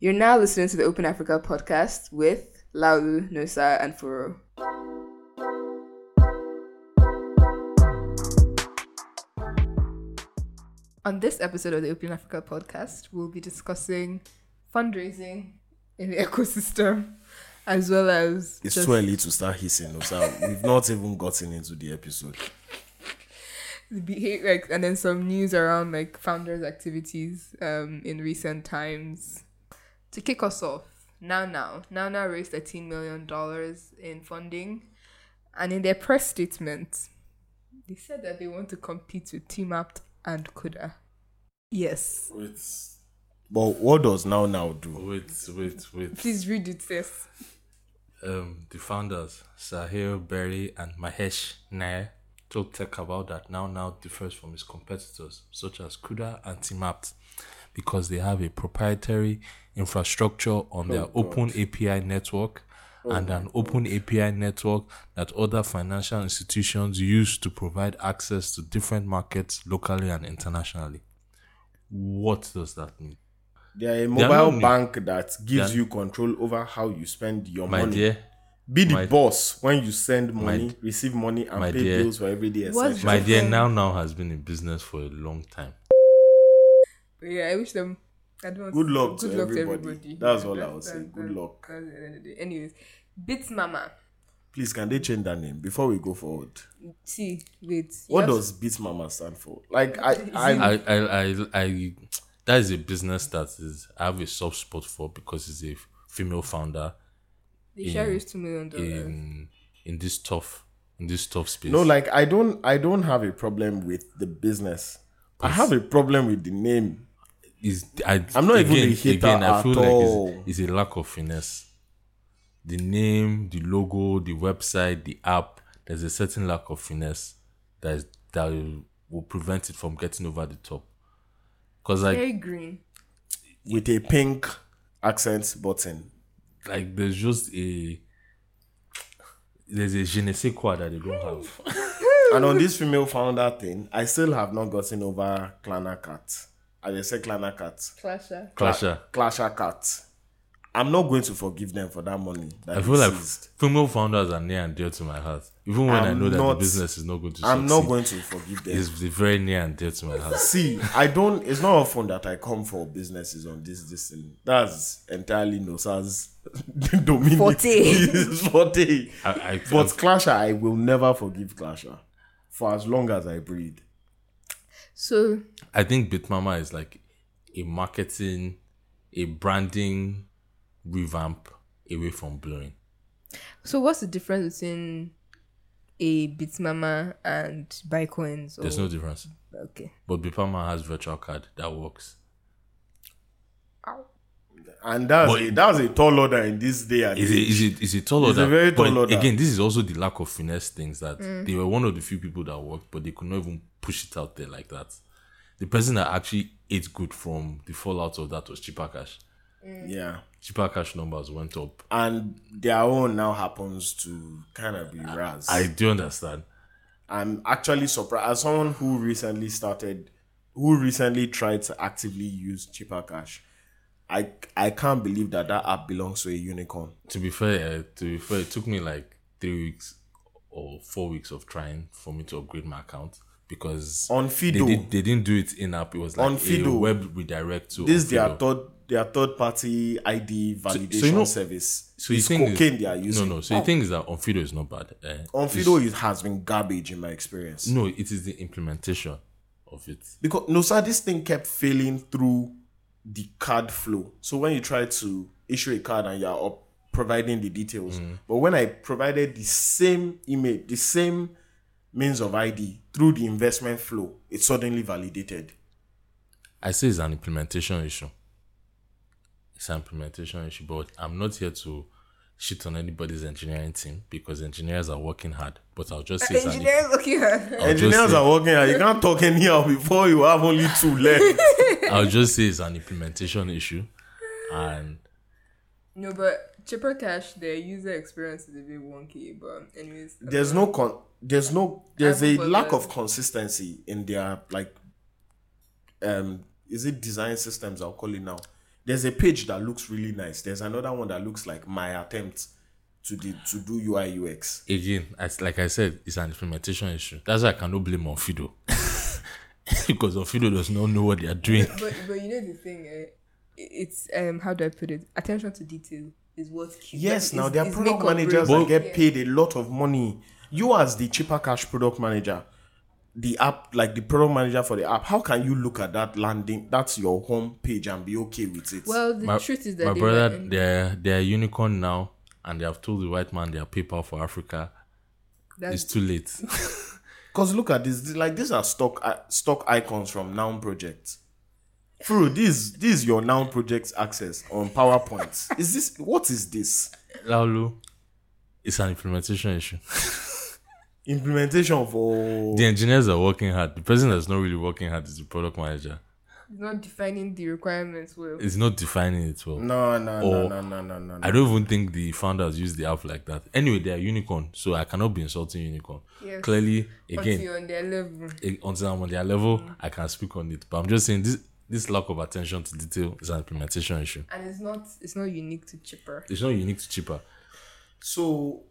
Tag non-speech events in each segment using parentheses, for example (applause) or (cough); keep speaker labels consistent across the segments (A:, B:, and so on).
A: You're now listening to the Open Africa podcast with Laulu, Nosa, and Furo. On this episode of the Open Africa podcast, we'll be discussing fundraising in the (laughs) ecosystem as well as.
B: It's
A: just-
B: too early to start hissing. No, sir. We've not even gotten into the episode.
A: the behavior, (laughs) like, and then some news around like founders' activities um, in recent times. To kick us off, Now Now Now Now raised thirteen million dollars in funding, and in their press statement, they said that they want to compete with Team Apt and Kuda. Yes,
C: Wait,
B: But what does Now Now do?
C: wait, wait, wait.
A: please read it. Yes,
C: Um, the founders, Sahil Berry and Mahesh Nair, told Tech about that Now Now differs from its competitors, such as CUDA and TMAPT, because they have a proprietary infrastructure on their open API network and an open API network that other financial institutions use to provide access to different markets locally and internationally. What does that mean?
B: They're a
C: are
B: mobile
C: not new.
B: bank that gives
C: They're-
B: you control over how you spend your
C: My
B: money.
C: dear,
B: Be the
C: my-
B: boss when you send money,
C: d-
B: receive money, and
C: my
B: pay
C: dear-
B: bills for everyday
A: What's
B: essentials.
C: My
A: Different.
C: dear, now now has been in business for a long time.
A: but yeah, I wish them. I don't.
B: Good luck to everybody. That's all I would say. Good luck.
A: That's the end of the day. Anyways, Bits Mama.
B: Please, can they change that name before we go forward?
A: See, wait. you
B: What
A: have to
B: does Beat Mama stand for? Like, I, I,
C: I, I, I, I that is a business that is I have a soft spot for because it's a female founder
A: They share
C: in-
A: is two million dollars.
C: in in this tough in this tough space.
B: no, like I don't, I don't have a problem with the business. I have a problem with the name.
C: is I,
B: I'm not even
C: again,
B: a hater
C: again, I
B: at
C: feel
B: all.
C: like it's, it's a lack of finesse. The name, the logo, the website, the app. There's a certain lack of finesse that is, that will prevent it from getting over the top. Because like
A: Very green.
B: with a pink accent button.
C: like there's just a there's a je ne sais quoi that they don't have.
B: And on this female founder thing, I still have not gotten over Klana Cat. I just say Klana Cat.
A: Clasher.
C: Clasher.
B: Clasher Cat. I'm not going to forgive them for that money. That
C: I feel like
B: seized.
C: female founders are near and dear to my heart. Even when i
B: I'm
C: know that the
B: not-
C: business is not going to
B: I'm
C: succeed,
B: not going to forgive them.
C: it's very near and dear to my heart.
B: See, I don't. It's not often that I come for businesses on this. This thing that's entirely (laughs) Nosa's domain.
A: Forte.
B: (laughs) It's forte.
C: I, I,
B: But Clasher, I will never forgive Clasher for as long as I breathe.
A: So
C: I think Bitmama is like a marketing, a branding revamp away from blurring.
A: so what's the difference between a Bits Mama and Bitcoins? Or,
C: There's
B: Oh.
C: no difference. (laughs)
A: okay.
C: But Bitmama has virtual card that works.
B: And that's
C: But-
B: a, that's a tall order in this day and
C: is a, is a, is a tall
B: It's
C: order.
B: a very
C: but
B: tall order.
C: Again, this is also the lack of finesse things that they were one of the few people that worked, but they could not even push it out there like that. The person that actually ate good from the fallout of that was Chipa Cash.
B: yeah.
C: Chipa Cash numbers went up.
B: and their own now happens to kind of be Raz.
C: I
B: I,
C: do understand.
B: am actually surprised as someone who recently started, who recently tried to actively use cheaper cash. I I can't believe that that app belongs to a unicorn.
C: To be fair, eh, to be fair, it took me like three weeks or four weeks of trying for me to upgrade my account because
B: On
C: they,
B: Fido,
C: did, they didn't do it in app. It was like
B: On
C: a
B: Fido.
C: web redirect to
B: this
C: on
B: is their
C: Fido.
B: third their third party ID validation
C: know-
B: service.
C: So
B: So
C: you
B: it's
C: think
B: cocaine they are using.
C: No, no. So the thing is that Onfido is not bad. Eh?
B: Oh. On
C: It's-
B: Fido, it has been garbage in my experience.
C: No, it is the implementation of it.
B: because no sir this thing kept failing through the card flow so when you try to issue a card and you're up providing the details
C: Mm.
B: but when i provided the same email the same means of id through the investment flow it suddenly validated
C: I say it's an implementation issue. It's an implementation issue, but I'm not here to shit on anybody's engineering team because engineers are working hard. But I'll just say it's an,
A: Engineers looking at
C: I'll just
B: engineers
C: say-
B: are working out you can't talk anyhow before you have only two left
C: I'll just say it's an implementation issue, and
A: No, but Chipper Cash, their user experience is a bit wonky, but anyways. uh,
B: there's no con there's no there's a
A: Everybody.
B: lack of consistency in their like um is it design systems i'll call it now There's a page that looks really nice. There's another one that looks like my attempt to the, to do UI UX.
C: Again, as like I said, it's an implementation issue. That's why I cannot blame Onfido. (laughs) because Onfido does not know what they are doing.
A: But but you know the thing, eh? it's um how do I put it? Attention to detail is what keeps.
B: Yes,
A: is-
B: now there are
A: is
B: product
A: make or
B: managers
A: break.
B: that get paid a lot of money. You as the cheaper cash product manager, the app like the product manager for the app, how can you look at that landing? That's your home page and be okay with it.
A: Well, the
C: My-
A: truth is that
C: my
A: they
C: brother,
A: might-
C: they're they're a unicorn now, and they have told the white man they are PayPal for Africa.
A: that's-
C: It's too late.
B: Cause look at this, like these are stock i- stock icons from Noun Project. Through this, this is your Noun Project access on
C: (laughs)
B: PowerPoint. Is this what is this
C: Laulu, it's an implementation issue.
B: implementation for?
C: The engineers are working hard. The person that's not really working hard is the product manager.
A: it's not defining the requirements well.
C: It's not defining it well.
B: No, no, no, no,
C: Or-
B: no, no, no, no.
C: I don't even think the founders use the app like that. Anyway, they are unicorn, so I cannot be insulting unicorn.
A: Yes.
C: Clearly, again,
A: Until you're Mm. on their level.
C: eh, until I'm on their level, I can speak on it. But I'm just saying this this lack of attention to detail is an implementation issue.
A: And it's not it's not unique to cheaper.
C: It's not unique to cheaper.
B: So,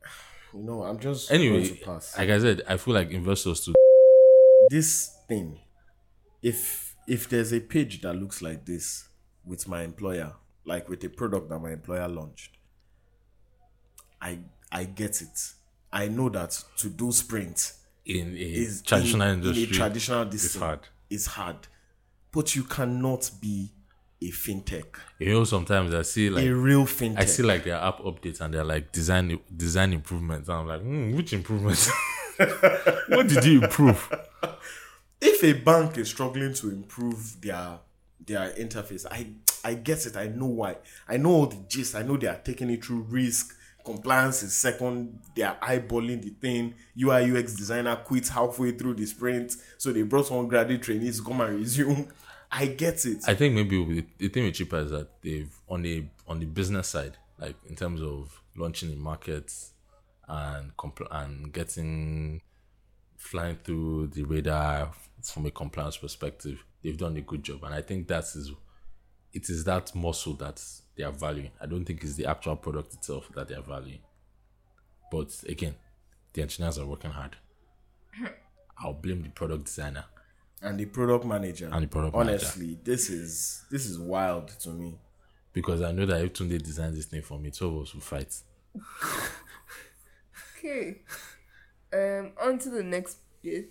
B: (sighs) you know, I'm just going to
C: Anyway,
B: pass.
C: like I said, I feel like investors too.
B: this thing. If if there's a page that looks like this with my employer, like with a product that my employer launched, I I get it. I know that to do sprint
C: in a
B: is
C: traditional
B: in,
C: industry.
B: In a traditional distance,
C: hard.
B: It's hard, but you cannot be a fintech,
C: you know, sometimes I see like
B: a real fintech.
C: I see like their app updates and they're like design design improvements. And I'm like, hmm, which improvements? (laughs) what did you improve?
B: if a bank is struggling to improve their their interface, I I get it. I know why. I know all the gist. I know they are taking it through risk. Compliance is second. They are eyeballing the thing. UI UX designer quit halfway through the sprint, so they brought some graduate trainees to come and resume. I get it.
C: I think maybe with, the thing with cheaper is that they've on the on the business side, like in terms of launching in markets and compl- and getting flying through the radar from a compliance perspective, they've done a good job, and I think that is it is that muscle that they are valuing. I don't think it's the actual product itself that they are valuing, but again, the engineers are working hard. I'll blame the product designer.
B: and the product manager.
C: And the product manager.
B: Honestly, this is this is wild to me.
C: Because I know that if Tunde designed this thing for me, two of us will fight.
A: Okay. Um, on to the next bit.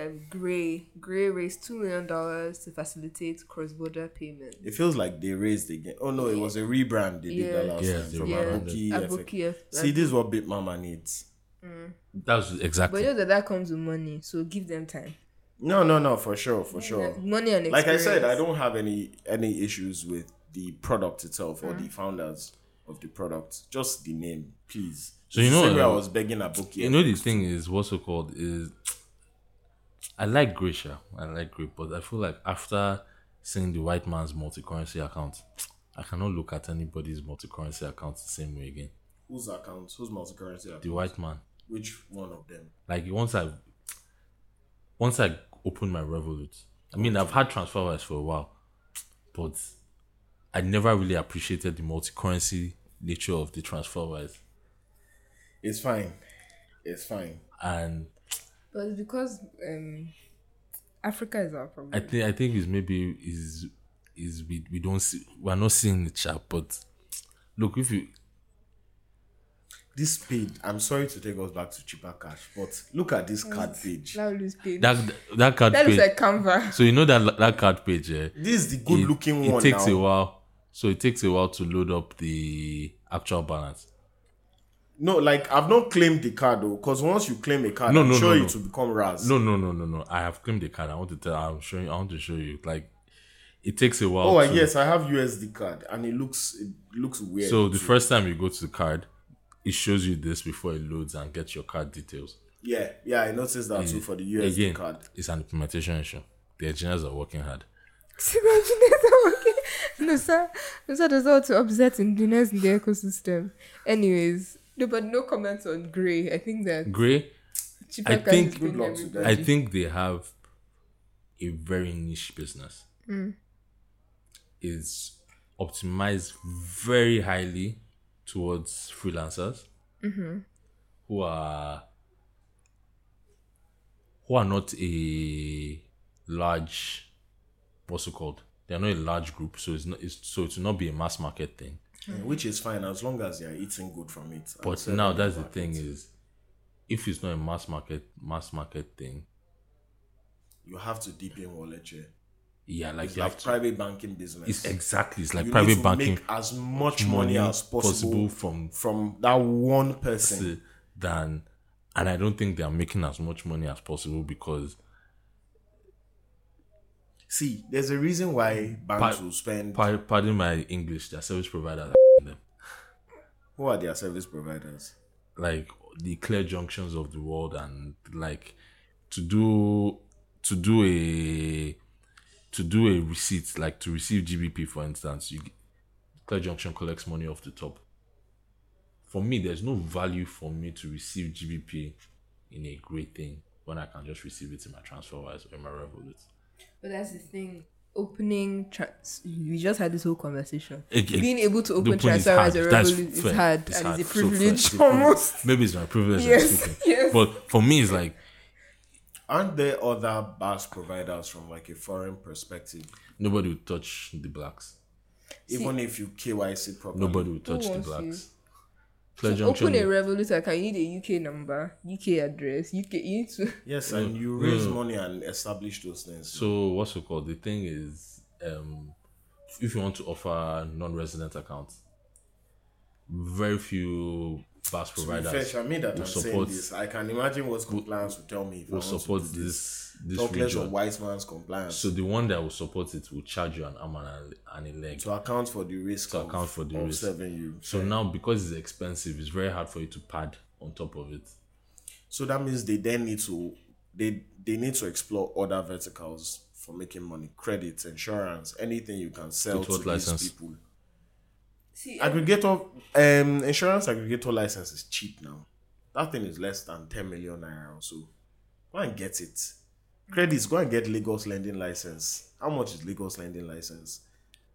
A: Um, Gray. Gray raised two million dollars to facilitate cross-border payment.
B: It feels like they raised again. Oh no, it was a rebrand they did that
A: Yeah.
B: last
C: Yeah,
B: time
C: they
B: from
C: rebranded.
B: Aboki
A: Yeah,
B: FX.
A: Aboki F-
B: See, this is what Big Mama needs.
C: That's
A: But
C: exactly.
A: you know that that comes with money, so give them time.
B: No, no, no, for sure, for sure.
A: Money and experience.
B: Like I said, I don't have any any issues with the product itself or the founders of the product. Just the name, please.
C: So you know,
B: Same way I
C: uh,
B: was begging Aboki.
C: You know the thing is what's so called is I like Grisha, I like Greek, but I feel like after seeing the white man's multi-currency account, I cannot look at anybody's multi-currency account the same way again.
B: whose accounts, whose multi-currency account?
C: The white man,
B: Which one of them?
C: like once I once I open my Revolut, I mean I've had transfer wires for a while, but I never really appreciated the multi-currency nature of the transfer wires.
B: It's fine. It's fine.
C: and
A: But it's because um, Africa is our problem.
C: I think I think is maybe is is we we don't see we're not seeing it sharp, but look if you
B: This page, I'm sorry to take us back to cheaper cash, but look at this card page.
A: Now lose pain. That,
C: that that card
A: looks
C: page
A: like Canva. (laughs)
C: so you know that that card page yeah,
B: This is the good looking
C: it,
B: one.
C: it takes
B: now.
C: a while so it takes a while to load up the actual balance.
B: No, like I've not claimed the card though, because once you claim a card,
C: No,
B: I'm
C: no,
B: sure
C: no, no.
B: it will become Raz.
C: No no no no no I have claimed the card I want to tell I'm showing I want to show you like it takes a while.
B: Oh, I
C: to-
B: yes, I have USD card, and it looks it looks weird.
C: So the first time you go to the card, it shows you this before it loads and gets your card details.
B: yeah, yeah, I noticed that too for the USD
C: Again,
B: card.
C: it's an implementation issue. The engineers are working hard.
A: (laughs) no, sir. No, sir does not upset indigenous in the ecosystem. Anyways, no, but no comments on Gray. I think that
C: Gray,
A: cheaper
C: I
A: guys
C: think-
A: is
B: Good
A: paying
B: luck to
A: everybody.
C: I think they have
B: Mm.
C: a very niche business. It's optimized very highly towards freelancers
B: Mm-hmm.
C: who are who are not a large what's it called? They're not a large group, so it's not it's, so it will not be a mass market thing.
B: which is fine as long as they are eating good from it.
C: But now that's the thing is if it's not a mass market mass market thing,
B: you have to deepen wallet share.
C: yeah, like
B: It's
C: you
B: like
C: have to,
B: private banking business.
C: it's exactly it's like
B: you need
C: private
B: to
C: banking
B: make as much money, as possible,
C: from
B: from that one person.
C: to- than and I don't think they are making as much money as possible because
B: See, there's a reason why banks
C: Pa-
B: will spend.
C: par- pardon my English, their service providers are them.
B: who are their service providers?
C: like the clear junctions of the world and like to do to do a to do a receipt like to receive gbp for instance you clear junction collects money off the top for me there's no value for me to receive gbp in a great thing when i can just receive it in my transferwise or in my revolut
A: But that's the thing. Opening trans, we just had this whole conversation.
C: It- it-
A: Being able to
C: the
A: open
C: point is
A: transfer as a
C: hard. That's
A: revolut is
C: fair.
A: hard
C: It's
A: and
C: hard.
A: it's a
C: So fair.
A: privilege
C: It's a privilege. (laughs)
A: almost.
C: maybe it's my privilege
A: Yes,
C: I'm speaking.
A: yes.
C: but for me it's like
B: Aren't there other banks providers from like a foreign perspective?
C: nobody would touch the blacks
B: Even if you KYC properly,
C: nobody would touch the
A: wants you?
C: blacks clear
A: Open
C: junction
A: a Revolut account, you need a UK number, UK address, UK. You need to. (laughs)
B: Yes, and you raise money and establish those things.
C: Mm. So what's it called? The thing is, um, if you want to offer non-resident accounts, very few bus providers
B: Fetch, I mean that
C: will
B: I'm saying
C: support-
B: this. I can imagine what compliance would tell me. If I
C: will
B: want to
C: support
B: do
C: this this
B: Talk less of
C: region.
B: wise man's compliance.
C: So the one that will support it will charge you an arm and a, and a leg.
B: to account for the risk.
C: To
B: of,
C: account for the
B: of
C: risk.
B: serving you.
C: So now because it's expensive, it's very hard for you to pad on top of it.
B: So that means they then need to they they need to explore other verticals for making money, credits, insurance, anything you can sell
C: With
B: to
C: what
B: these
C: license?
B: people.
A: See,
B: Aggregator um insurance aggregator license is cheap now. That thing is less than 10 million naira or so. Go and get it. Credits, go and get Lagos lending license. How much is Lagos lending license?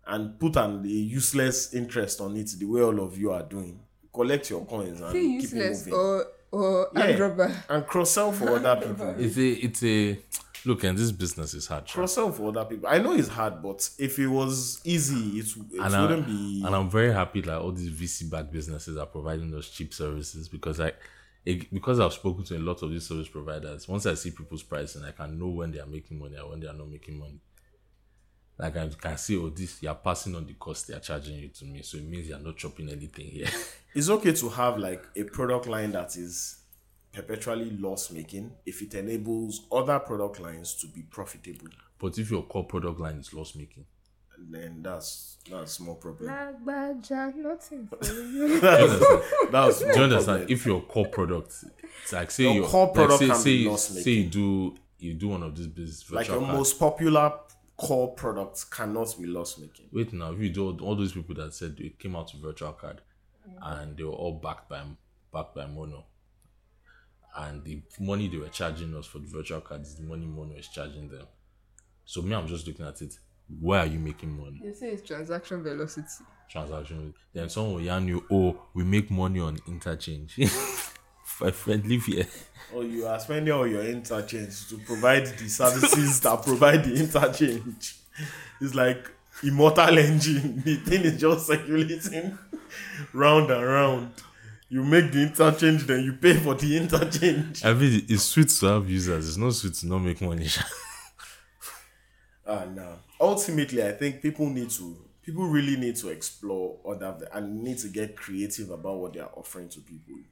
B: And put an a useless interest on it the way all of you are doing. Collect your coins and
A: say
B: keep it
A: useless
B: moving.
A: or or yeah.
B: Yeah. and cross sell for
A: (laughs)
B: other people.
C: It's a it's a look and this business is hard. sha.
B: Cross sell for other people. I know it's hard, but if it was easy, it, it
C: and,
B: wouldn't
C: I,
B: be.
C: and I'm very happy that all these VC backed businesses are providing those cheap services because I it, because I've spoken to a lot of these service providers, once I see people's pricing, I can know when they are making money and when they are not making money. Like I can see, oh, this you are passing on the cost they are charging you to me, so it means you are not chopping anything here. (laughs)
B: it's okay to have like a product line that is perpetually loss making if it enables other product lines to be profitable.
C: but if your core product line is loss making,
B: Then that's that's more problem.
A: Lagbaja, nothing for you. (laughs)
B: (laughs) That's
C: do you
B: more
C: understand?
B: problem.
C: If your core product, it's like say
B: Your
C: your
B: core product
C: like,
B: can be
C: say, say, you-
B: loss-making.
C: say you do you do one of these business
B: like
C: virtual
B: your
C: cards.
B: most popular core products cannot be loss making.
C: wait now if you do all, all those people that said they came out to virtual card and they were all backed by backed by mono and the money they were charging us for the virtual card is the money mono is charging them so me i'm just looking at it where are you making money
A: They say it's transaction velocity.
C: transaction then someone will yarn you oh we make money on interchange (laughs) my friend live here
B: Or Oh, you are spending all your interchange to provide (laughs) the services that provide the interchange. It's like immortal engine. (laughs) The thing is just circulating (laughs) round and round. You make the interchange, then you pay for the interchange.
C: i mean it's sweet to have users it's not sweet to not make money (laughs)
B: Ah, no. Ultimately, I think people need to, people really need to explore other and need to get creative about what they are offering to people.
C: (laughs)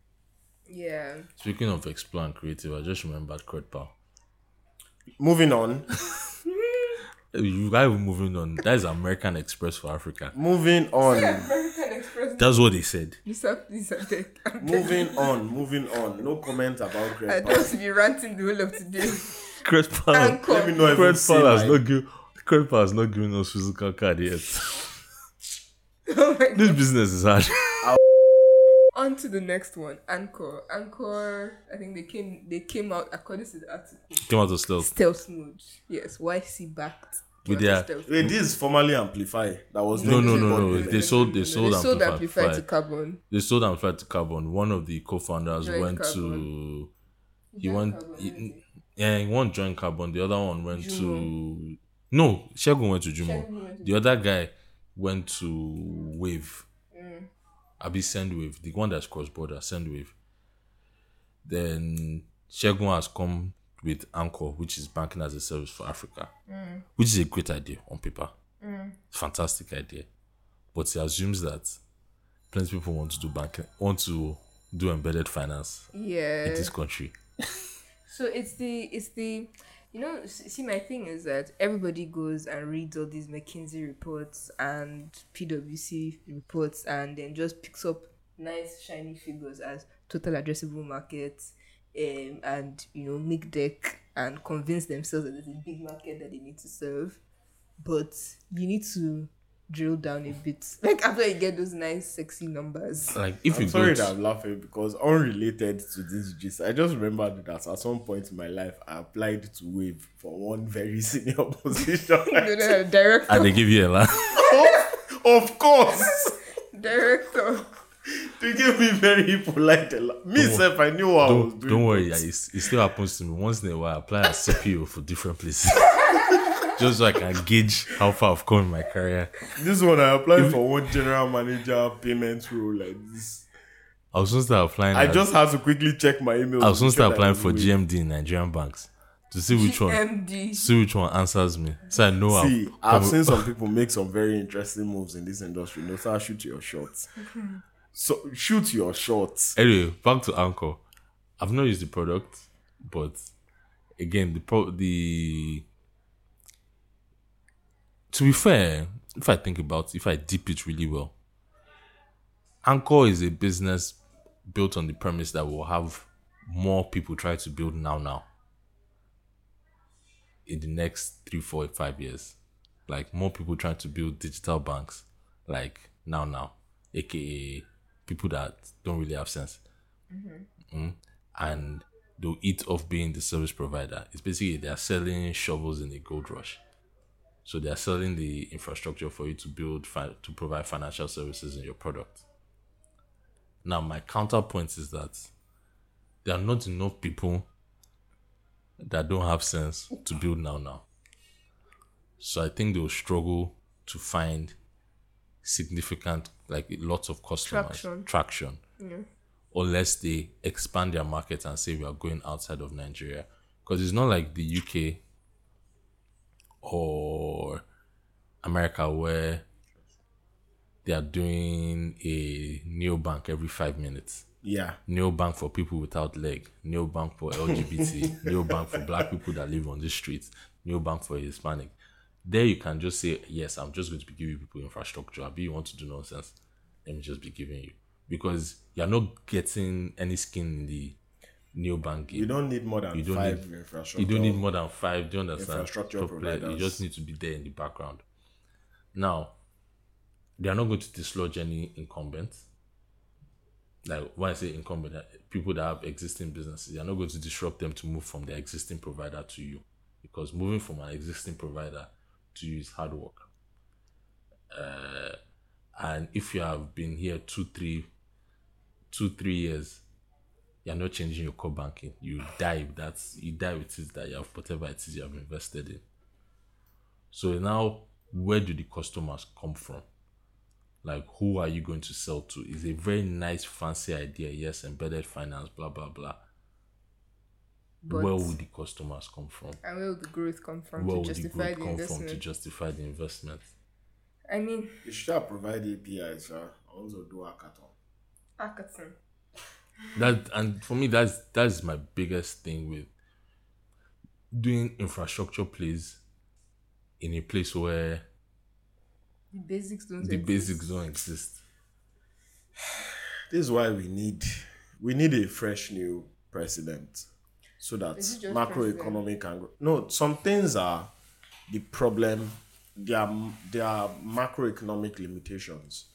A: Yeah.
C: speaking of explore and creative i just remembered credit pal
B: Moving on.
C: You guys were moving on. That is American Express for Africa.
B: Moving on.
A: American Express.
C: That's what they said.
A: You stop this and take.
B: Moving on. Moving on. No comment
A: (laughs)
B: about
A: I
B: Greg.
A: don't want to be ranting the whole of today. (laughs)
C: Credit Pal.
A: Anchor.
B: Let me know if
C: Credit
B: you've seen
C: Pal has
B: my-
C: not given. Credit Pal has not given us physical card yet.
A: Oh my
C: this business is hard.
A: On to the next one, Anchor. Anchor, I think they came they came out according to the article.
C: Came out of stealth.
A: Stealth mode. Yes, YC backed.
C: with their
B: Wait, this is formerly Amplify that was
C: no
B: doing
C: no
B: this
C: no
B: body
C: no.
B: building.
C: They sold they sold
A: they sold Amplify
C: Amplify.
A: to Carbon.
C: They sold Amplify to Carbon. One of the co-founders
A: Joined
C: went to.
A: Carbon.
C: He went.
A: Carbon,
C: he-
A: isn't
C: yeah, he- one joined Carbon. The other one went to. No, Shegun went to Jumo.
A: Shegun went to
C: the other guy went to Wave.
B: Mm.
C: Abi Sendwave, the one that's cross border, Sendwave. Then Shegun has come with Anchor, which is banking as a service for Africa,
B: Mm.
C: which is a great idea on paper. Fantastic idea. But he assumes that plenty of people want to do banking, want to do embedded finance
A: Yeah.
C: in
B: Eh.
C: this country.
A: So it's the it's the you know s- see my thing is that everybody goes and reads all these McKinsey reports and PwC reports and then just picks up nice shiny figures as total addressable market um, and you know make deck and convince themselves that there's a big market that they need to serve but you need to drill down a bit (laughs) like after you get those nice sexy numbers (laughs)
C: Like if
B: I'm
C: you
B: sorry
C: go,
B: that
C: to,
B: I'm laughing because unrelated to this gist, I just remembered that at some point in my life I applied to Wave for one very (laughs) senior position.
A: (laughs) director
C: and they give you a lot.
B: of course,
A: director
B: they gave me very polite. al- Me self, I knew what I was
C: don't,
B: doing.
C: don't worry, yeah, it's, it still happens to me once in a while. I apply as CPO for
B: (laughs)
C: different places just so I can gauge how far I've come in my career.
B: This one I applied for one general manager payment role like this.
C: I was soon start applying.
B: I
C: as-
B: just had to quickly check my email.
C: I was soon start applying for GMD in Nigerian banks to see which one
A: MD
C: see which one answers me. So I know I've
B: See,
C: come
B: I've
C: a-
B: seen
C: (laughs)
B: some people make some very interesting moves in this industry. No, sir, shoot your shots. So shoot your shots.
C: Anyway, back to Anchor. I've not used the product, but again, the pro the to be fair, if I think about it, if I deep it really well, Anchor is a business built on the premise that we'll have more people try to build now now in the next three, four, five years. Like more people trying to build digital banks, like now now, aka people that don't really have sense, Mm. and they'll eat off being the service provider. It's basically they are selling shovels in the gold rush, so they are selling the infrastructure for you to build fi- to provide financial services in your product. Now, my counterpoint is that there are not enough people that don't have sense to build now now. So I think they'll struggle to find significant, like lots of customers
A: Traction.
C: traction. Unless they expand their market and say we are going outside of Nigeria. Because it's not like the UK or America where they are doing a new bank every five minutes
B: Yeah.
C: no bank for people without leg, no bank for LGBT, no bank for black people that live on the streets, no bank for Hispanic. There you can just say, yes, I'm just going to be giving people infrastructure. Abi, you want to do nonsense? Let me just be giving you because you're not getting any skin in the new bank game.
B: You don't need more than
C: You don't
B: five
C: need-
B: infrastructure.
C: You don't need more than five. Do you understand?
B: Infrastructure
C: Top player, You
B: providers.
C: just need to be there in the background. Now, they are not going to dislodge any incumbents. Like when I say incumbent, uh, people that have existing businesses, they are not going to disrupt them to move from their existing provider to you, because moving from an existing provider to you is hard work. Uh, and if you have been here two, three, two, three years, you're not changing your core banking. You die with that. You die with it that you have whatever it is you have invested in. So now, where do the customers come from? Like, who are you going to sell to? It's a very nice, fancy idea. Yes, embedded finance, blah blah blah.
A: But-
C: where would the customers come from?
A: And where would the growth come from
C: Where
A: to
C: would the
A: justify the,
C: growth come from
A: investment?
C: to justify the investment?
A: I mean,
B: You should have provide APIs, sir. I want to do hackathon.
A: hackathon.
C: that and for me that's that's my biggest thing with doing infrastructure plays in a place where
A: The basics don't
C: the
A: exist.
C: basics don't exist
B: This is why we need we need a fresh new president so that
A: Is it just
B: macroeconomic and gro- no some things are the problem. There are there are macroeconomic limitations.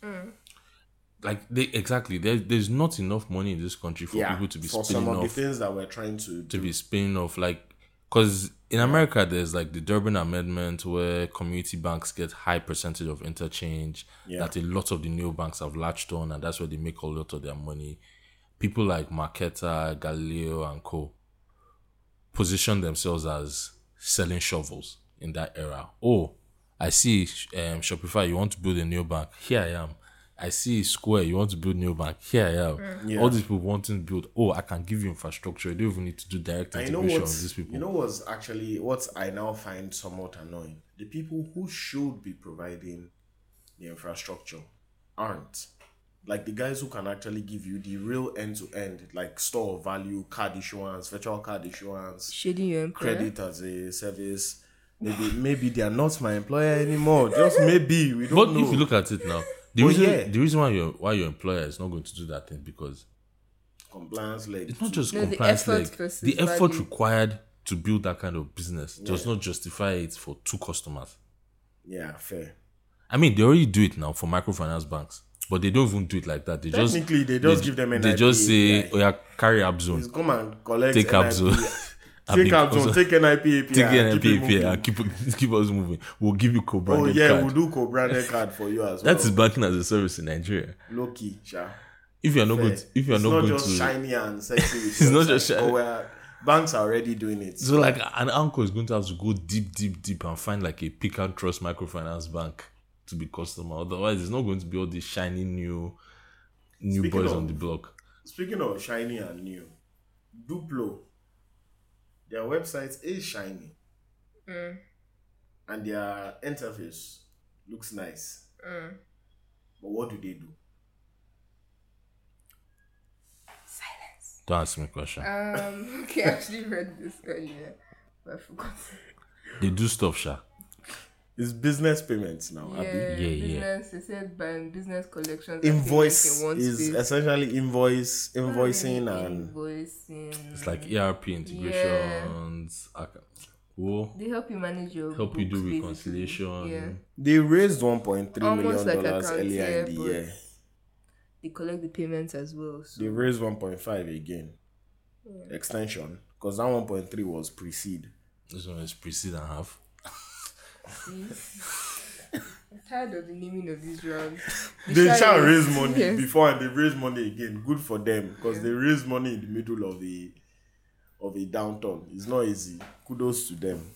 C: like they exactly there, there's not enough money in this country for people to be
B: for
C: spinning
B: some of the
C: off
B: things that we're trying to
C: to
B: do.
C: be spinning off like Because in America, there's like the Durbin Amendment where community banks get high percentage of interchange that a lot of the new banks have latched on, and that's where they make a lot of their money. People like Marketa, Galileo, and co. position themselves as selling shovels in that era. Oh, I see um, Shopify, you want to build a new bank. Here I am. I see Square, you want to build new bank. Here I am.
A: Mm.
C: All these people wanting to build. Oh, I can give you infrastructure. You don't even need to do direct
B: I know
C: integration with these
B: what's,
C: people.
B: you know what's actually what I now find somewhat annoying. The people who should be providing the infrastructure aren't. Like the guys who can actually give you the real end to end, like store of value, card issuance, virtual card issuance,
A: Shady your employer.
B: credit as a service. Maybe maybe they are not my employer anymore. Just maybe we don't
C: But
B: know.
C: if you look at
B: (laughs)
C: it now, the
B: But
C: reason
B: yeah.
C: the reason why your why your employer is not going to do that thing because
B: compliance leg.
C: it's not just
A: No, the
C: compliance.
A: effort
C: like,
A: versus
C: the effort
A: value.
C: required to build that kind of business does not justify it for two customers.
B: Yeah, fair.
C: I mean, they already do it now for microfinance banks, but they don't even do it like that. They just
B: Technically, they just give them an
C: they just say,
B: API.
C: "Oh yeah, carry app zone,
B: Just come and collect
C: take app
B: NIP.
C: zone,
B: (laughs) Take Abzone, take NIP API.
C: (laughs) take
B: keep it moving.
C: an API, and keep keep (laughs) us moving. We'll give you
B: Oh
C: co-branded
B: yeah,
C: card.
B: we'll do
C: (laughs)
B: Oh. co-branded card for you as well.
C: that is banking as a service in Nigeria.
B: low key, sha.
C: If you are not
B: Fair.
C: going, to, if you are
B: it's
C: not,
B: not
C: going
B: just
C: to,
B: shiny
C: (laughs)
B: and sexy.
C: It's not just shiny.
B: But we're- banks are already doing it.
C: So like an uncle is going to have to go deep, deep, deep and find like a pick and trust microfinance bank to be customer. Otherwise, it's not going to be all these shiny new new
B: Speaking
C: boys
B: of-
C: on the block.
B: Speaking of shiny and new, Duplo, their website is shiny, and their interface looks nice. But what do they do?
C: Don't ask me a question.
A: Um, (laughs) okay, I actually read this earlier, but I forgot.
C: they do stuff, Sha.
B: It's business payments now.
A: Yeah,
B: Abi.
C: yeah.
A: business. It said by business collections. and payments
B: Invoice
A: in one
B: is
A: space.
B: essentially invoice invoicing and
A: invoicing.
C: It's like ERP integrations. I can- Whoa.
A: They help you manage your
C: Help you
A: books,
C: do
A: basically.
C: reconciliation.
A: Yeah,
B: they raised 1.3 million
A: Almost like
B: dollars
A: accounts,
B: earlier
A: yeah,
B: in the
A: but-
B: year.
A: they collect the payments as well. So
B: They raised 1.5 again. Extension. Because that 1.3 was precede.
C: This one is precede and half.
A: see, I'm tired of the naming of these rounds. The
B: They
A: shy
B: shall
A: is-
B: raise money
A: (laughs) yes.
B: before and they raise money again. Good for them. Because they raise money in the middle of a of a downturn. It's not easy. Kudos to them.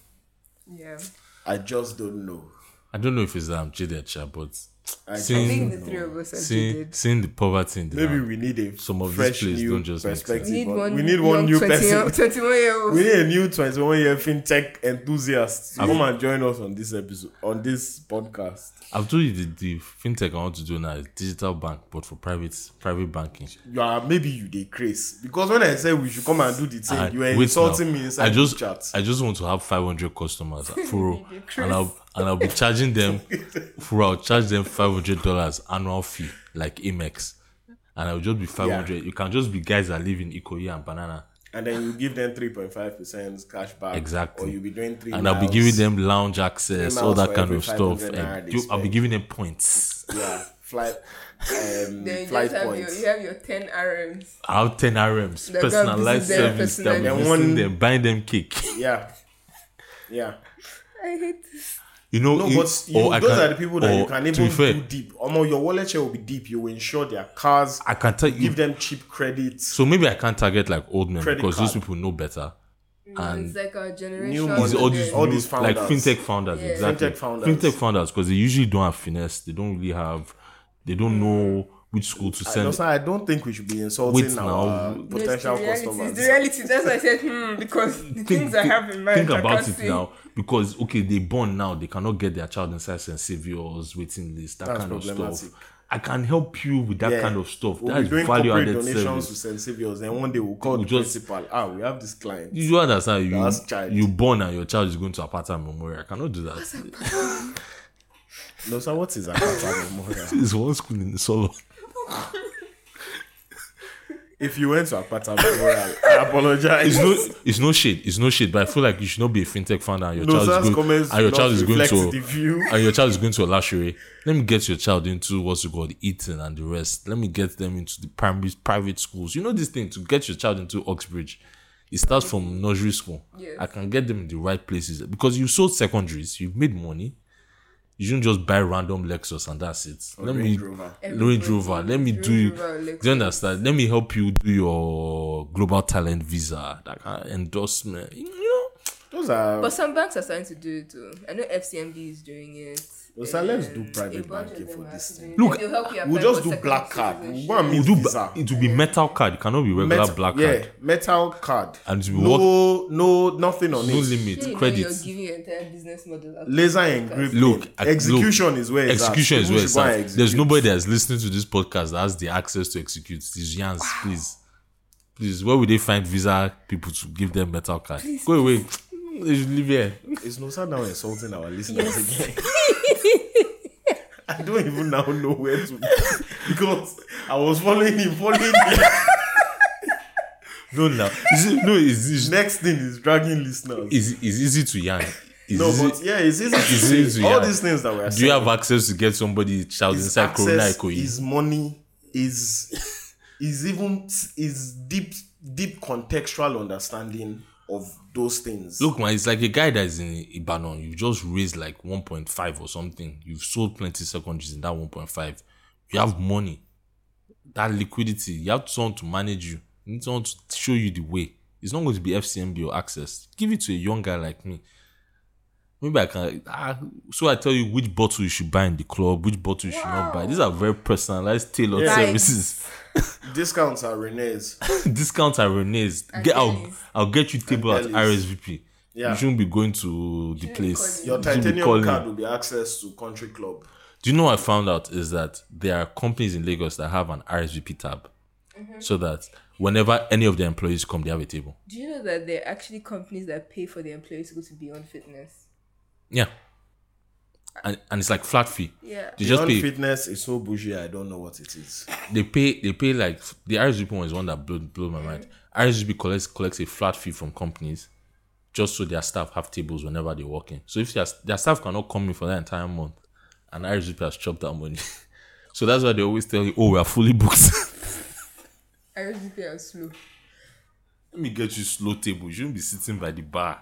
A: Yeah,
B: I just don't know.
C: I don't know if it's that I'm jaded, Sha, but
B: I just
A: I
C: Since-
A: think
B: don't
A: the
B: know.
A: three of us are
C: seeing
A: jaded.
C: seeing the poverty in the
B: Maybe
C: land,
B: we need a
C: Some of these
B: fresh
C: plays
B: new
C: don't just make sense.
B: perspective.
A: We need one.
B: we need one
A: young
B: new
A: 20 (laughs)
B: person.
A: Twenty-one year old.
B: We need a new 21 year fintech enthusiast to
C: I've-
B: come and join us on this episode, on this podcast.
C: I've told you the, the fintech I want to do now is digital bank, but for private private banking.
B: You are maybe you dey craze because when I said we should come and do the thing,
C: I-
B: you were
C: wait
B: insulting
C: now.
B: me inside
C: I just,
B: the chat.
C: I just want to have
B: (laughs)
C: 500 customers at Furo,
A: Chris.
C: and I'll and I'll be charging them. Furo, I'll charge them 500 dollars annual fee, like Amex, and I'll just be 500. You can just be guys that live in Ikoyi and Banana,
B: and then you give them three point five percent cash back,
C: Exactly.
B: Or you'll be doing three,
C: and I'll be
B: miles.
C: giving them lounge access,
B: Three
C: all
B: miles
C: that
B: for
C: kind
B: every
C: of stuff,
B: 500 naira
C: and
B: they
C: you- I'll be
B: spend.
C: giving them
B: (laughs)
C: points.
B: yeah, flight, um,
A: Then you
B: flight
A: just have your,
B: points.
A: you have your ten RMs.
C: I'll have 10 RMs,
A: They're gonna
C: personalized
A: visit them
C: service. That
B: personally.
C: will be
B: Then
C: visiting
B: one-
C: them, buying them cake. (laughs)
B: yeah, yeah.
A: I hate this.
C: You know,
B: No,
C: you-
B: but you,
C: or I
B: those
C: can-
B: are the people that you
C: or,
B: can
C: to be
B: even
C: fair,
B: do deep. Omo, your wallet share will be deep. You will insure their cars,
C: I can tell you
B: give them cheap credits.
C: So maybe I can't target like old men
B: Credit
C: because those
B: card.
C: people know better. And
A: it's like our generation.
B: money.
C: It's all these,
B: All
C: new-
B: these
C: like
B: founders.
C: fintech founders,
A: Yeah.
C: exactly.
B: Fintech founders.
C: Fintech founders because they usually don't have finesse. They don't really have. They don't
A: Mm.
C: know which school to
B: I,
C: send.
B: just, I don't think we should be insulting
C: Wait
B: our
C: now.
B: potential
A: the reality,
B: customers.
A: The reality. That's why I said hmm because the things I have in mind.
C: think
A: I
C: about
A: can't
C: it
A: say.
C: now because okay, they born now. They cannot get their child inside St. Saviour's waiting list. That
B: That's
C: kind of stuff.
B: problematic.
C: I can help you with that
B: Yeah.
C: kind of stuff.
B: We'll
C: that
B: be
C: is
B: doing
C: value
B: corporate
C: added
B: donations
C: service.
B: to St. Saviour's, and one day we'll call
C: We'll
B: the
C: just-
B: principal. Ah, we have this client.
C: You understand? You
B: That's child.
C: you born and your child is going to Apata Memorial. I cannot do that.
B: No, sir, what is Akata Memorial?
C: It's one school in Solo.
B: If you went to Akata Memorial, I apologize.
C: it's no it's no shade it's no shade but i feel like you should not be a fintech founder and your
B: no,
C: child
B: sir's
C: is going
B: comments
C: and your
B: do
C: child
B: not
C: is going
B: reflect the
C: to
B: view.
C: and your child is going to a luxury let me get your child into what's it called eating and the rest let me get them into the primary private schools you know this thing to get your child into oxbridge It starts from nursery school.
A: Yes.
C: I can get them in the right places because you sold secondaries, you've made money. You shouldn't just buy random Lexus and that's it. Let
B: Range
C: me
B: Rover.
C: Range Rover. Let me
A: Range
C: do. You,
A: Rover or
C: do
A: Lexus.
C: you understand? Let me help you do your global talent visa, that kind of endorsement. You know,
B: Those are
A: But some banks are starting to do it too. I know FCMB is doing it.
B: Well, sir, let's do
A: and
B: private
A: a bunch of
B: banking
A: them
B: for
A: are
B: this
A: actually
B: thing.
A: doing it.
C: Look,
A: They'll help you
B: we'll
A: apply
B: just
A: for
B: do
A: second
B: black card.
A: citizenship.
B: We'll go and meet
C: do,
B: visa.
C: it will be metal card. It cannot be regular
B: Metal-
C: black
B: yeah,
C: card.
B: metal card.
C: And it will
B: no, no, nothing on
C: No
B: it.
A: Yeah, you
C: limit.
A: know
C: Credit.
A: You're giving your entire business model. out.
B: Laser engraving.
C: Look, I-
B: execution
C: look,
B: is where it's at.
C: execution is
B: People should
C: where it's
B: go and
C: at. There's
B: execute.
C: nobody that's listening to this podcast that has the access to execute these yans. Please, please, where will they find visa people to give them metal card? Go away. They should leave here.
B: It's no sad now insulting our listeners again. (laughs) I don't even now know where to because I was following him, following him.
C: No, no, Is it- no. It's, it's,
B: Next thing is dragging listeners.
C: it's, it's easy to yarn. It's
B: no,
C: easy-
B: but yeah, it's easy
C: it's
B: to
C: easy
B: say.
C: to
B: All
C: yarn.
B: these things that we're
C: do you have access to get somebody child
B: is
C: inside Corona
B: access,
C: Ikoyi?
B: is money, is is even is deep deep contextual understanding of those things.
C: Look, man, it's like a guy that's in Ibadan. You've just raised like 1.5 or something. You've sold plenty secondaries in that 1.5. You have money, that liquidity. You have someone to manage you. You need someone to show you the way. It's not going to be FCMB or access. Give it to a young guy like me. Maybe I can. Ah, so I tell you which bottle you should buy in the club, which bottle you should not buy. These are very personalized, tailored
A: Yeah. Right.
C: services.
B: Discounts are Renee's.
C: (laughs) Discounts are Renee's.
A: And
C: Get, I'll,
A: Kelly's.
C: I'll get you table at
B: And Kelly's.
C: RSVP.
B: Yeah.
C: You shouldn't be going to the
A: be
C: place.
A: calling.
B: Your
C: You shouldn't be
B: titanium
C: calling.
B: card will be access to country club.
C: Do you know what I found out is that there are companies in Lagos that have an RSVP tab
A: Mm-hmm.
C: so that whenever any of their employees come, they have a table.
A: Do you know that there are actually companies that pay for their employees to go to Beyond Fitness?
C: Yeah. And, and it's like flat fee.
A: Yeah.
C: They just
B: Beyond
C: pay
B: fitness is so bougie. I don't know what it is.
C: they pay they pay like the RSVP one is one that blew, blew my mind. RSVP collects collects a flat fee from companies just so their staff have tables whenever they walk in. So if their, their staff cannot come in for that entire month, and RSVP has chopped that money. (laughs) so that's why they always tell you, "Oh, we are fully booked." (laughs)
A: RSVP are slow.
C: Let me get you slow table. You shouldn't be sitting by the bar.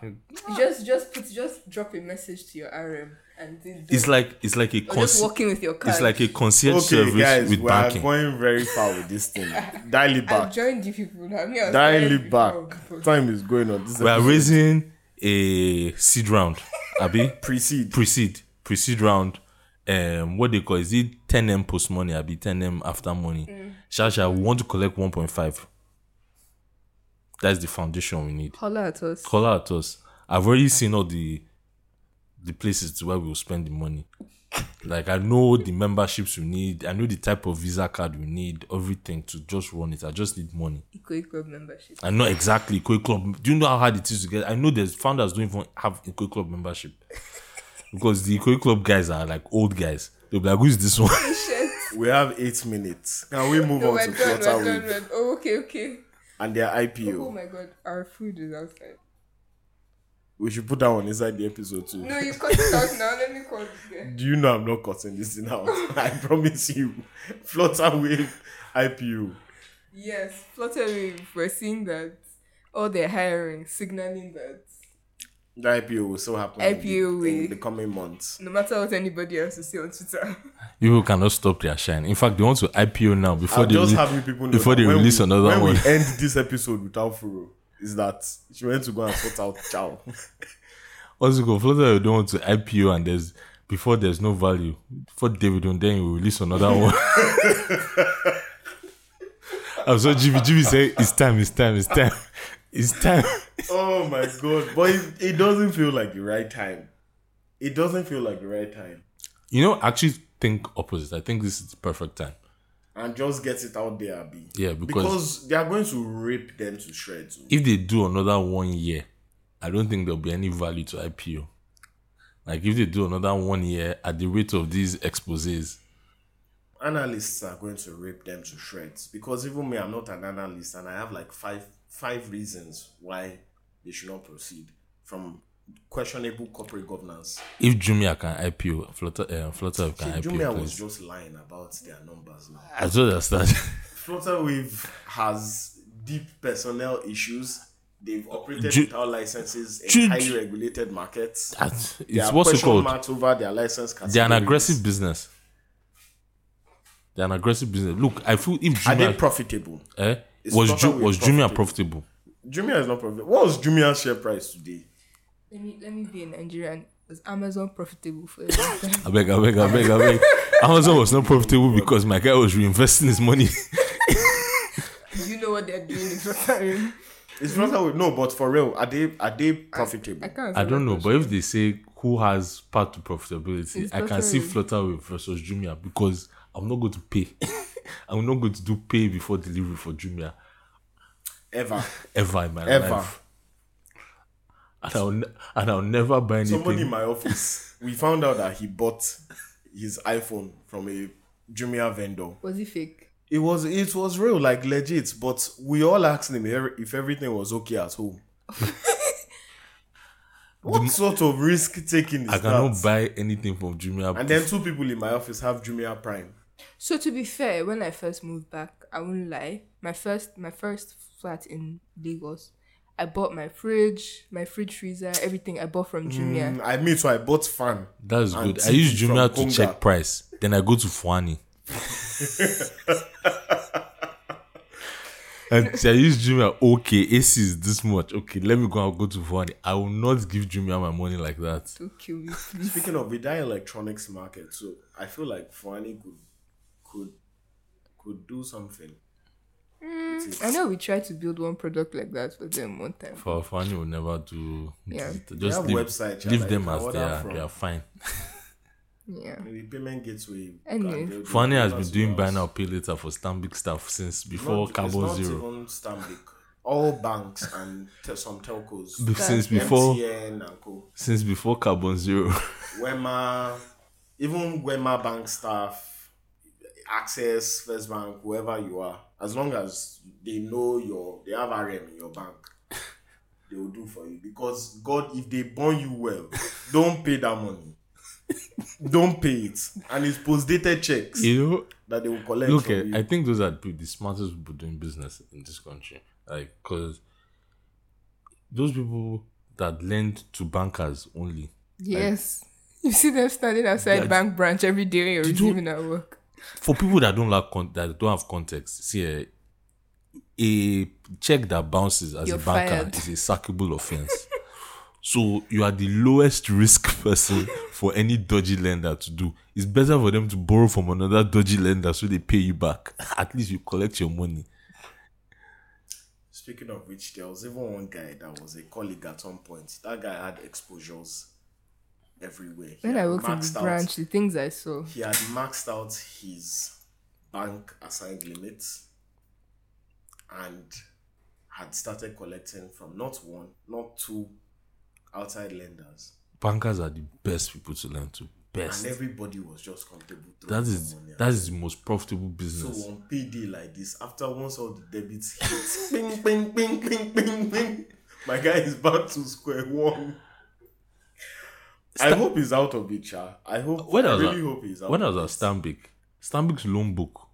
A: Just, just put, just drop a message to your RM and then
C: It's like it's like a
A: or just
C: cons-
A: walking with your card.
C: it's like a concierge
B: Okay,
C: service
B: guys,
C: with
B: we
C: banking.
B: are going very far with this
A: (laughs)
B: thing. Dial it
A: I've
B: back.
A: joined you people now. Me, I was "Oh,
B: Dial
A: tired
B: it back.
A: before.
B: Time is going on. This is
C: we are
B: a
C: raising a
B: (laughs)
C: seed round, Abi.
B: precede.
C: Proceed, proceed round. Um, what they call is it 10m post money? Abi 10m after money. Shasha, we want to collect 1.5. That's the foundation we need.
A: Holla at us.
C: Call out us. I've already seen all the the places to where we will spend the money. Like I know the memberships we need. I know the type of visa card we need. Everything to just run it. I just need money.
A: Eco Club membership.
C: I know exactly Koi Club. Do you know how hard it is to get? I know there's founders don't even have a Koi Club membership
B: (laughs)
C: because the Koi Club guys are like old guys. They'll be like, "Who's this one?" (laughs)
B: We have eight minutes. Can we move
A: No,
B: on
A: we're
B: to
A: done, we're done,
B: Flutterwave
A: we're done. Oh, okay, okay.
B: and their
A: Oh
B: IPO?
A: my god, our food is outside.
B: We should put that one inside the episode too.
A: No, you cut it out now. Let me call it.
B: Do you know I'm not cutting this thing
A: (laughs)
B: out? I promise you. Flutterwave IPO.
A: Yes, Flutterwave. We're seeing that all their hiring signaling that
B: The IPO will still happen in the-
A: IPO
B: in
A: will-
B: the coming months.
A: no matter what anybody else will say on Twitter, (laughs)
C: People cannot stop their shine. In fact, they want to IPO now before
B: I'm
C: they
B: just
C: re-
B: having people know
C: before
B: that
C: they
B: when
C: release
B: we,
C: another
B: when
C: one.
B: we end this episode without Furo is that she went to go and sort out
C: (laughs)
B: Chow.
C: Also, go further. You don't want to IPO and there's before there's no value. For David, and then you release another one. (laughs) I'm so Jimmy. Jimmy say it's time. It's time. It's time. It's time.
B: oh my god! But it, it doesn't feel like the right time. It doesn't feel like the right time.
C: You know, I actually think opposite. I think this is the perfect time.
B: And just get it out there, Abi.
C: Yeah,
B: Because,
C: because,
B: they are going to rip them to shreds.
C: if they do another one year, I don't think there'll be any value to IPO. Like if they do another one year at the rate of these exposes,
B: oh. analysts are going to rip them to shreds because even me, I'm not an analyst, and I have like five five reasons why they should not proceed from questionable corporate governance.
C: if Jumia can IPO, Flutter, uh, Flutter
B: See,
C: can IPO.
B: Jumia was
C: please.
B: just lying about their numbers now. (laughs)
C: I don't understand.
B: Flutterwave has deep personnel issues. They've operated
C: Oh, Ju-
B: without licenses in
C: Ju-
B: highly regulated markets.
C: That's,
B: There
C: it's
B: are
C: what's it
B: question
C: called?
B: marks over their license.
C: They're an
B: categories.
C: aggressive business. They're an aggressive business. Look, I feel if
B: Are they
C: Jumia
B: profitable?
C: eh,
B: It's
C: was
B: proper
C: Ju-
B: with
C: was Jumia
B: profitable.
C: profitable?
B: Jumia is not profitable. What was Jumia's share price today?
A: Let me let me be a Nigerian. Was Amazon profitable for a long time? (laughs)
C: I beg, I beg, I beg,
B: (laughs)
C: I beg. Amazon was not profitable because my guy was reinvesting his money.
A: Do you know what they're doing in
C: (laughs)
A: Rotterdam?
B: It's not that we no, but for real, are they are they profitable?
A: I can't.
C: I
A: answer
C: don't
A: that
C: know, but if they say who has part to profitability,
A: It's
C: I can see
A: Flutterwave.
C: Flutterwave versus Jumia because I'm not going to pay. (laughs) I'm not going to do pay before delivery for Jumia (laughs)
B: Ever.
C: ever in my
B: Ever.
C: life. And I'll, ne- and I'll never buy anything.
B: Somebody in my office, we found out that he bought his iPhone from a Jumia vendor.
A: Was he fake?
B: It was it was real, like legit. But we all asked him every- if everything was okay at
C: (laughs)
B: home. what sort of risk taking is
C: I cannot
B: that?
C: buy anything from Jumia.
B: And then two people in my office have Jumia Prime.
A: So to be fair, when I first moved back, I won't lie. My first my first flat in Lagos, I bought my fridge, my fridge freezer, everything I bought from Jumia.
B: Mm, I mean, so I bought fan.
C: That's
B: and
C: good. I
B: TV
C: use Jumia to
B: from Konga.
C: check price. Then I go to Fuani. (laughs) and I use Jumia. Okay, AC is this much. Okay, let me go and go to Fuani. I will not give Jumia my money like that.
A: Don't kill me, please.
B: Speaking of, we die electronics market, so I feel like Fani could could could do something.
A: I know we tried to build one product like that for them one time.
C: For Fuani will never do.
A: Yeah.
C: Just
B: have
C: leave,
B: website, yeah,
C: leave
B: that you
C: them
B: can
C: as
B: order
C: they are.
B: from.
C: They are fine.
A: Yeah.
B: Maybe payment gateway.
A: Anyway.
C: Fuani has been doing buy now pay later for Stambic stuff since before Carbon Zero.
B: Even Stanbic. All banks and te- some telcos.
C: Be- since before
B: MTN and co.
C: since before Carbon
B: (laughs)
C: Zero.
B: Wema, even Wema bank staff, Access, First Bank, whoever you are, as long as they know your, they have RM in your
C: (laughs)
B: bank, they will do for you. Because God, if they burn you well, don't pay that money. don't pay it, and it's postdated checks
C: you know,
B: that they will collect.
C: Look, eh,
B: from you.
C: I think those are the peop- the smartest people doing business in this country. Like, because those people that lend to bankers only,
A: Yes. you see them standing outside
C: Yeah,
A: bank branch every day when you're
C: did you-
A: receiving at work.
C: for people that don't like con- that don't have context, see a, a check that bounces as
A: You're
C: a banker
A: fired.
C: is a sackable offense. so you are the lowest risk person for any dodgy lender to do. It's better for them to borrow from another dodgy lender so they pay you back. At least you collect your money.
B: Speaking of which, there was even one guy that was a colleague at some point. That guy had exposures everywhere. He
A: When
B: had
A: I worked in
B: maxed
A: the
B: out-
A: branch, the things I saw.
B: He had maxed out his bank assigned limits and had started collecting from not one, not two outside lenders.
C: Bankers are the best people to lend to. Best.
B: And everybody was just comfortable.
C: That
B: throwing
C: is
B: their money
C: that
B: out.
C: is the most profitable
B: So
C: business.
B: on payday like this, after once all the debits hit, ping, ping, ping, ping, ping, ping, my guy is back to square one. I hope he's out of it, cha. I hope.
C: When
B: I
C: I was
B: really
C: at-
B: hope he's out.
C: when I
B: of
C: was at Stanbic, Stanbic's loan book,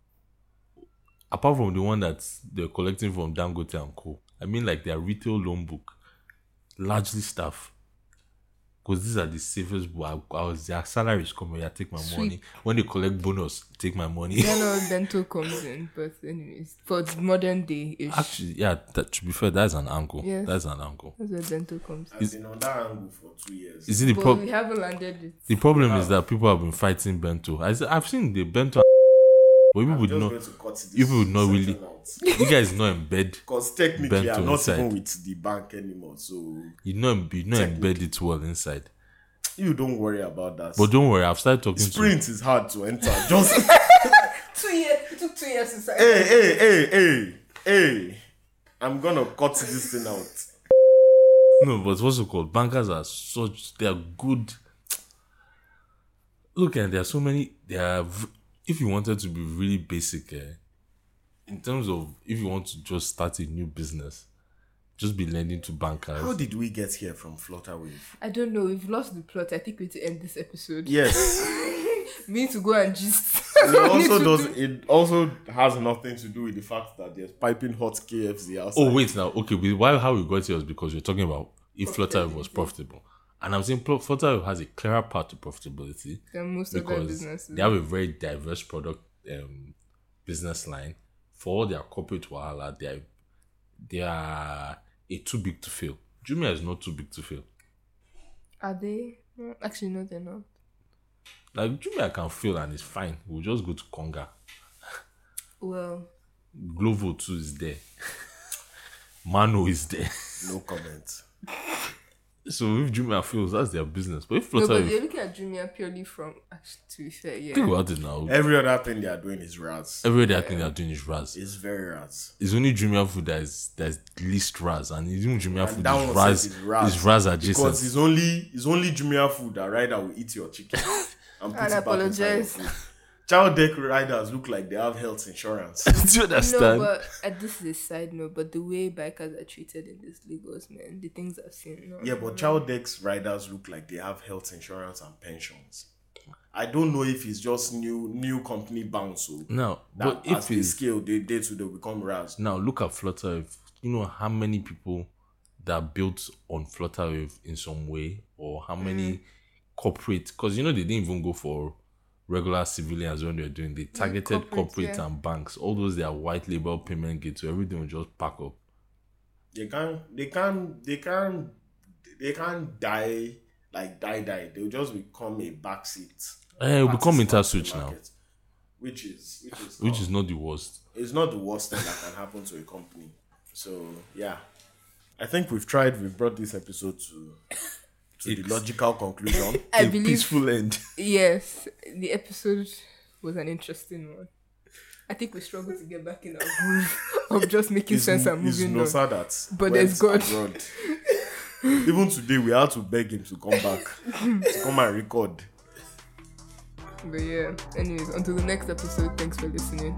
C: apart from the one that they're collecting from Dangote and Co. I mean, like their retail loan book, largely staff. Because these are the safest. bo- I, I was their salaries come here, take my
A: Sweet.
C: money. When they collect bonus, take my money.
A: Then all dental comes in, but anyways, for modern day ish. That's
C: (laughs) Actually, yeah. That, to be fair, that's an angle.
A: Yes.
C: That's an angle.
A: where dental comes.
B: I've been on that angle for two years.
C: Is it the
A: But
C: problem?
A: we haven't landed it.
C: The problem is that people have been fighting Bento. I, have seen the Bento, but people
B: I'm
C: would
B: just
C: not.
B: going to cut this.
C: you would not really- (laughs) You guys not in bed.
B: Because technically,
C: Bent
B: I'm
C: to
B: not
C: inside.
B: even with the bank anymore, so
C: You know, you know, embed it well inside.
B: you don't worry about that.
C: But don't worry, I've started talking
B: Sprint is hard to enter. Just (laughs)
A: Two years. It took two years to sign.
B: hey, hey, hey, hey, hey! I'm gonna cut this thing out.
C: to. No, but what's it called? Bankers are such. They are good. Look, and there are so many. There are. v- If you wanted to be really basic, eh, in terms of if you want to just start a new business, just be lending to bankers.
B: How did we get here from Flutterwave?
A: I
C: (laughs)
A: don't know. We've lost the plot. I think we need to end this episode.
B: Yes.
A: We need to go and just.
B: It also does. It also has nothing to do with the fact that there's piping hot KFC outside.
C: Oh wait, now okay. We, why how we got here was because we are talking about if Flutterwave was profitable, and I'm saying Pl- Flutterwave has a clearer path to profitability
A: than most other
C: because
A: businesses.
C: they have a very diverse product um, business line. For all their corporate wahala, they are, they are a too big to fail. Jumia is not too big to fail.
A: Are they? No, Actually, no, they're not.
C: Like Jumia can fail and it's fine. We'll just go to Conga.
A: Well,
C: Glovo too is there. (laughs) Mano is there. (laughs)
B: No comment.
C: So if Jumia fails, that's their business. But if
A: no, but
C: Flutterwave,
A: you're looking at Jumia purely from. Actually, to be fair, yeah.
C: think about it now.
B: Every other thing they are doing is rats.
C: Every other thing they're doing is Raz.
B: It's very rats.
C: It's only Jumia food that is that's least Raz, and even Jumia food
B: that one
C: is
B: says
C: Raz
B: it's Raz.
C: is Raz
B: Because
C: adjacent.
B: it's only it's only Jumia food that rider will eat your
C: (laughs)
B: chicken and
A: And
B: put it back inside your
A: apologize.
B: food. Child deck riders look like they have health insurance. (laughs)
C: (laughs) Do you
A: No,
C: understand?
A: but uh, this is a side note. But the way bikers are treated in this Lagos, man, the things I've seen. No,
B: Yeah, but child decks riders look like they have health insurance and pensions. I don't know if it's just new new company bounce. So
C: no,
B: that
C: but
B: as
C: if
B: they
C: it's
B: scale, they day to they become rats.
C: now look at Flutterwave. You know how many people that built on Flutterwave in some way, or
B: Mm-hmm.
C: how many corporate? Because you know they didn't even go for regular civilians when they were doing. They targeted
A: corporate,
C: corporate
A: yeah.
C: and banks. All those their white label payment gateway. Everything will just pack up.
B: They can they can they can they can die like die die. They'll just become a backseat.
C: Eh, it'll become
B: participant
C: InterSwitch
B: in the
C: now.
B: market, Which is which is
C: Which
B: not-
C: is not the worst.
B: it's not the worst thing that can happen to a company. So yeah, I think we've tried. We've brought this episode to to the
C: It's-
B: logical conclusion.
A: (laughs) I believe- peaceful
C: end.
A: Yes, the episode was an interesting one. I think we struggled to get back in our groove (laughs) of just making sense and
B: it's
A: moving
B: no
A: on.
B: sad that
A: But
B: went
A: there's God.
B: abroad. Even today, we had to beg him to come back to come and record.
A: But yeah, anyways, until the next episode, thanks for listening.